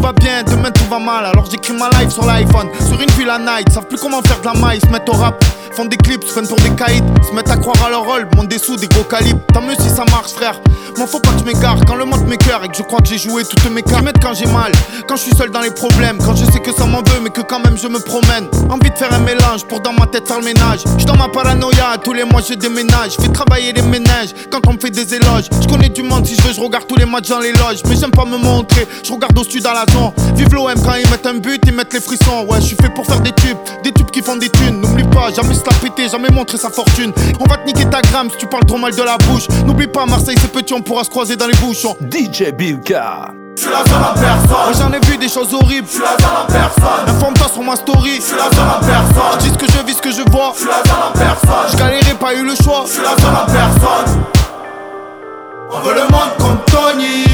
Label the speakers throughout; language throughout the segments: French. Speaker 1: va bien, demain tout va mal. Alors j'écris ma life sur l'iPhone, sur une ville à night. Savent plus comment faire de la maille, se mettent au rap. Font des clips, se font pour des caïds, se mettent à croire à leur rôle, montent des sous, des gros calibres. Tant mieux si ça marche, frère. M'en faut pas que je m'égare quand le monde m'écœure et que je crois que j'ai joué toutes mes cartes. J'y mets quand j'ai mal, quand je suis seul dans les problèmes, quand je sais que ça m'en veut mais que quand même je me promène. Envie de faire un mélange pour dans ma tête faire le ménage. J'suis dans ma paranoïa, tous les mois je déménage. Fais travailler les ménages quand on me fait des éloges. Je connais du monde si je veux, je regarde tous les matchs dans les loges. Mais j'aime pas me montrer, je regarde au sud à la zone. Vive l'OM quand ils mettent un but, ils mettent les frissons. Ouais, je suis fait pour faire des tubes, des tubes qui font des thunes. N'oublie pas, jamais se la péter, jamais montrer sa fortune. On va te niquer ta gramme si tu parles trop mal de la bouche. N'oublie pas, Marseille c'est petit, on pourra se croiser dans les bouchons.
Speaker 2: DJ Bilka.
Speaker 3: Je suis la seule à personne.
Speaker 1: Moi j'en ai vu des choses horribles.
Speaker 3: Je suis la seule à personne.
Speaker 1: Informe-toi sur ma story.
Speaker 3: Je suis la seule à personne.
Speaker 1: Dis ce que je vis, ce que je vois.
Speaker 3: Je suis la seule à
Speaker 1: Je
Speaker 3: personne.
Speaker 1: galérais, pas eu le choix.
Speaker 3: Je suis la seule à personne. On veut le monde comme Tony.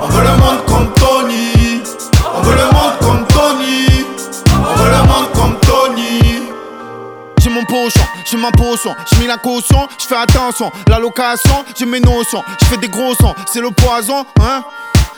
Speaker 3: On veut le monde comme Tony. On veut le monde comme Tony. On veut le monde comme Tony.
Speaker 1: J'ai mon pochon, j'ai ma potion, j'ai mis la caution, je fais attention, la location, j'ai mes notions, je fais des gros sons, c'est le poison, hein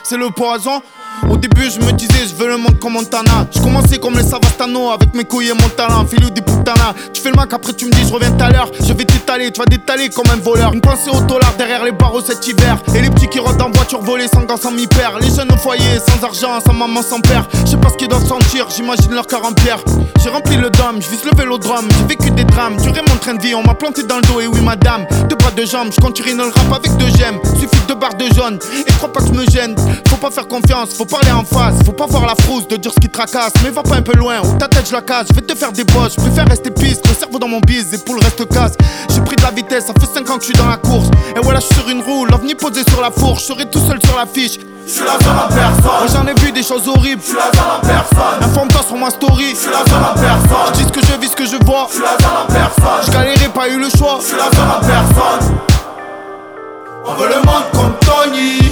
Speaker 1: C'est le poison au début je me disais je veux le monde comme Montana Je commençais comme les Savastano avec mes couilles et mon talent Filou des putanas Tu fais le mac après tu me dis je reviens tout à l'heure Je vais t'étaler, tu vas détaler comme un voleur Une pensée au dollar derrière les barreaux cet hiver Et les petits qui rentrent en voiture volée sans gants sans mi-père Les jeunes au foyer sans argent, sans maman, sans père Je sais pas ce qu'ils doivent sentir, j'imagine leur cœur en pierre J'ai rempli le dôme, je vise le vélodrome J'ai vécu des drames, duré mon train de vie On m'a planté dans le dos et oui madame Deux pas de jambes, je continue le rap avec deux gemmes Suffit de barres de jaune et crois pas que je me gêne Faut pas faire confiance, faut parler en face Faut pas voir la frousse de dire ce qui tracasse Mais va pas un peu loin, ou ta tête je la casse Je vais te faire des bosses, je préfère rester piste Le cerveau dans mon bise et pour le reste casse J'ai pris de la vitesse, ça fait 5 ans que je suis dans la course Et voilà je suis sur une roue, l'ovni posé sur la fourche Je serai tout seul sur la fiche
Speaker 3: Je suis la seule à personne.
Speaker 1: Moi j'en ai vu des choses horribles
Speaker 3: Je suis la seule à personne.
Speaker 1: Informe-toi sur ma story
Speaker 3: Je suis la seule à personne.
Speaker 1: Dis ce que je vis, ce que je vois
Speaker 3: Je suis la seule à personne.
Speaker 1: Je galérais, pas eu le choix
Speaker 3: Je suis la seule à personne. On veut le monde comme Tony.